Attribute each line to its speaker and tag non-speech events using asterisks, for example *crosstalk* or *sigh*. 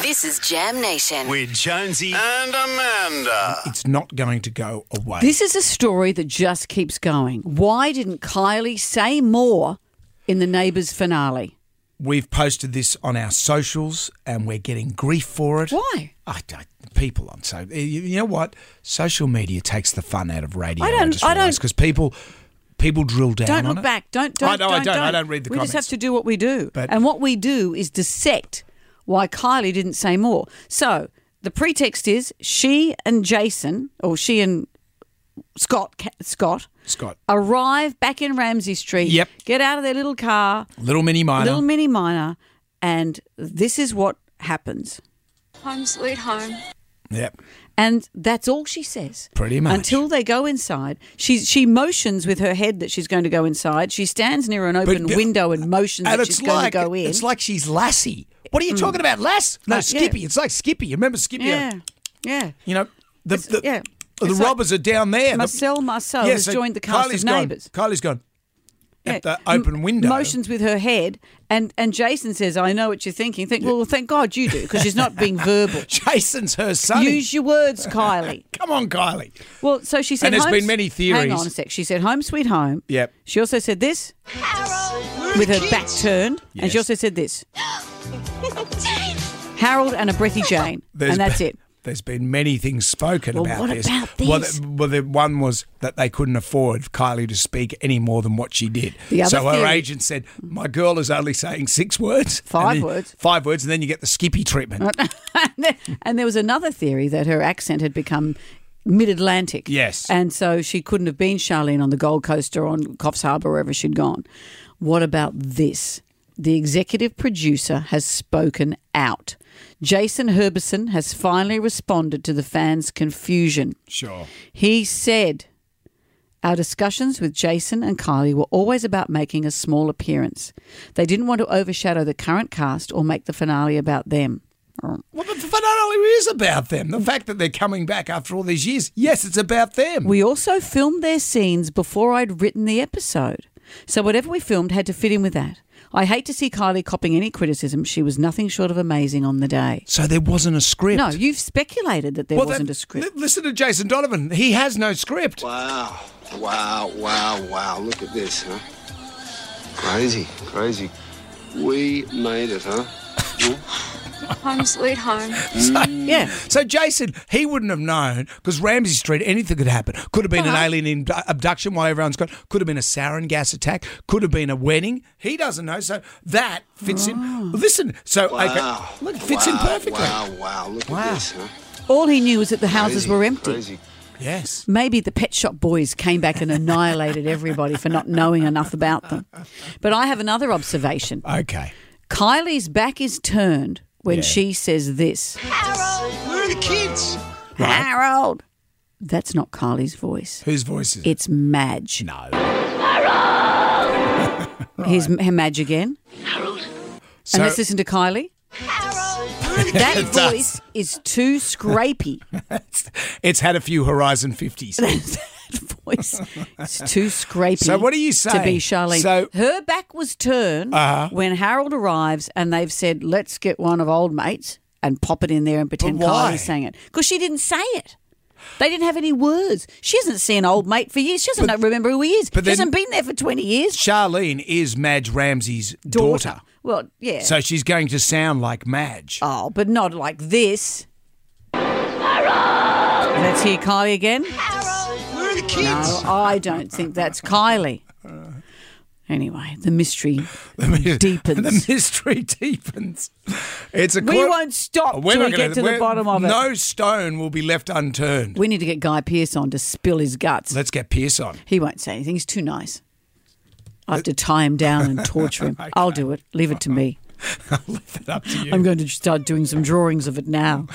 Speaker 1: This is Jam Nation.
Speaker 2: with Jonesy.
Speaker 3: and Amanda.
Speaker 4: It's not going to go away.
Speaker 5: This is a story that just keeps going. Why didn't Kylie say more in the Neighbours finale?
Speaker 4: We've posted this on our socials and we're getting grief for it.
Speaker 5: Why?
Speaker 4: I don't, people on so you, you know what? Social media takes the fun out of radio.
Speaker 5: I don't- I don't-
Speaker 4: because people people drill down.
Speaker 5: Don't
Speaker 4: on
Speaker 5: look
Speaker 4: it.
Speaker 5: back. Don't
Speaker 4: I
Speaker 5: don't
Speaker 4: know,
Speaker 5: don't,
Speaker 4: I don't. I don't read the
Speaker 5: we
Speaker 4: comments.
Speaker 5: just have to do what we do,
Speaker 4: But-
Speaker 5: and what we do is dissect why Kylie didn't say more. So the pretext is she and Jason, or she and Scott Ca- Scott
Speaker 4: Scott,
Speaker 5: arrive back in Ramsey Street.
Speaker 4: Yep.
Speaker 5: Get out of their little car,
Speaker 4: little mini minor.
Speaker 5: little mini minor, and this is what happens.
Speaker 6: Home sweet home.
Speaker 4: yep.
Speaker 5: And that's all she says.
Speaker 4: Pretty much.
Speaker 5: Until they go inside. She she motions with her head that she's going to go inside. She stands near an open
Speaker 4: But-
Speaker 5: window and motions
Speaker 4: And
Speaker 5: that
Speaker 4: it's
Speaker 5: she's
Speaker 4: like
Speaker 5: going to go in.
Speaker 4: it's like she's Lassie. What are you talking about, Lass? No,
Speaker 5: Uh, yeah.
Speaker 4: Skippy. It's like Skippy. You Remember Skippy?
Speaker 5: yeah. Yeah.
Speaker 4: You know the the,
Speaker 5: yeah.
Speaker 4: the
Speaker 5: It's like
Speaker 4: robbers are down there. The-
Speaker 5: Marcel Marceau has
Speaker 4: so
Speaker 5: joined the cast
Speaker 4: Kylie's
Speaker 5: of
Speaker 4: gone-
Speaker 5: Neighbours.
Speaker 4: Kylie's gone
Speaker 5: Yeah.
Speaker 4: at the open
Speaker 5: M-
Speaker 4: window.
Speaker 5: Motions with her head. And and Jason says, I know what you're thinking. Think, well, thank God you do, because she's not being
Speaker 4: *laughs*
Speaker 5: verbal.
Speaker 4: Jason's her son.
Speaker 5: Use your words, Kylie.
Speaker 4: Come on, Kylie.
Speaker 5: Well, so she said.
Speaker 4: And there's
Speaker 5: home-
Speaker 4: been many
Speaker 5: Hang
Speaker 4: theories.
Speaker 5: on a sec. She said, "Home, sweet home."
Speaker 4: Yep.
Speaker 5: She also said this with her back turned, and
Speaker 4: Yes.
Speaker 5: she also said this. Harold and a breathy Jane, and that's
Speaker 4: been,
Speaker 5: it.
Speaker 4: There's been many things spoken
Speaker 5: Well,
Speaker 4: about
Speaker 5: what
Speaker 4: this.
Speaker 5: about
Speaker 4: Well,
Speaker 5: this?
Speaker 4: the, well, the one was that they couldn't afford Kylie to speak any more than what she did.
Speaker 5: The other
Speaker 4: so her
Speaker 5: theory-
Speaker 4: agent said, "My girl is only saying six words, and
Speaker 5: Five
Speaker 4: then-
Speaker 5: words.
Speaker 4: five words, and then you get the Skippy
Speaker 5: *laughs*
Speaker 4: treatment."
Speaker 5: and there was another theory that her accent had become mid-Atlantic.
Speaker 4: Yes.
Speaker 5: and so she couldn't have been Charlene on the Gold Coast or on Coffs Harbour, wherever she'd gone. What about this? The executive producer has spoken out. Jason Herbison has finally responded to the fans' confusion.
Speaker 4: Sure.
Speaker 5: He said, Our discussions with Jason and Kylie were always about making a small appearance. They didn't want to overshadow the current cast or make the finale about them. Mm.
Speaker 4: Well, the finale is about them. The fact that they're coming back after all these years, yes, it's about them.
Speaker 5: We also filmed their scenes before I'd written the episode. So whatever we filmed had to fit in with that. I hate to see Kylie copping any criticism. She was nothing short of amazing on the day.
Speaker 4: so there wasn't a script.
Speaker 5: No, you've speculated that there
Speaker 4: Well,
Speaker 5: wasn't
Speaker 4: that-
Speaker 5: a script.
Speaker 4: li- listen to Jason Donovan. He has no script.
Speaker 7: Wow, wow, wow, wow. Look at this, huh? Crazy, crazy. We made it, huh?
Speaker 6: Home sweet home.
Speaker 5: yeah.
Speaker 4: So Jason, he wouldn't have known because Ramsey Street, anything could happen. Could have been
Speaker 5: Uh-huh.
Speaker 4: an alien in- uh, abduction while everyone's gone. Could have been a sarin gas attack. Could have been a wedding. He doesn't know. So that fits
Speaker 5: Oh.
Speaker 4: in. Listen. So
Speaker 7: Wow.
Speaker 4: okay, look, it fits in
Speaker 7: wow,
Speaker 4: perfectly.
Speaker 7: Wow, wow. Look
Speaker 4: Wow.
Speaker 7: at this, huh?
Speaker 5: All he knew was that the houses
Speaker 7: Crazy,
Speaker 5: were empty.
Speaker 7: Crazy.
Speaker 4: Yes.
Speaker 5: Maybe the Pet Shop Boys came back and annihilated everybody for not knowing enough about them. But I have another observation.
Speaker 4: Okay.
Speaker 5: Kylie's back is turned when
Speaker 4: Yeah.
Speaker 5: she says this
Speaker 7: Where are the kids?
Speaker 5: Harold. That's not Kylie's voice.
Speaker 4: Whose voice is it?
Speaker 5: It's Madge.
Speaker 4: No.
Speaker 5: Here's M- her Madge again.
Speaker 4: So,
Speaker 5: and let's listen to Kylie. That
Speaker 4: It does.
Speaker 5: voice is too scrapey.
Speaker 4: it's, *laughs* it's had a few Horizon
Speaker 5: *laughs*
Speaker 4: 50s.
Speaker 5: that voice is too scrapey.
Speaker 4: So what do you
Speaker 5: To be
Speaker 4: say?
Speaker 5: Charlene.
Speaker 4: So- Uh-huh.
Speaker 5: her back was turned when Harold arrives, and they've said, "Let's get one of old mates and pop it in there and pretend
Speaker 4: why?
Speaker 5: Kylie sang it," because she didn't say it. They didn't have any words. She hasn't seen old mate for years. She doesn't know- remember who he is.
Speaker 4: but
Speaker 5: she
Speaker 4: then-
Speaker 5: hasn't been there for twenty years.
Speaker 4: Charlene is Madge Ramsey's daughter.
Speaker 5: Well, yeah.
Speaker 4: So she's going to sound like Madge.
Speaker 5: oh, but not like this. Let's hear Kylie again.
Speaker 7: Where are the kids?
Speaker 5: No, I don't think that's Kylie. Anyway, the mystery.
Speaker 4: *laughs*
Speaker 5: deepens.
Speaker 4: The mystery deepens. It's a
Speaker 5: We
Speaker 4: quar-
Speaker 5: won't stop till
Speaker 4: not
Speaker 5: we
Speaker 4: gonna-
Speaker 5: get to the
Speaker 4: we're-
Speaker 5: bottom of it.
Speaker 4: No stone will be left unturned.
Speaker 5: We need to get Guy Pearce on to spill his guts.
Speaker 4: Let's get Pierce on.
Speaker 5: He won't say anything. He's too nice. I have to tie him down and
Speaker 4: *laughs*
Speaker 5: torture him. I'll do it. Leave it to me.
Speaker 4: I'll leave that up to you.
Speaker 5: I'm going to start doing some drawings of it now.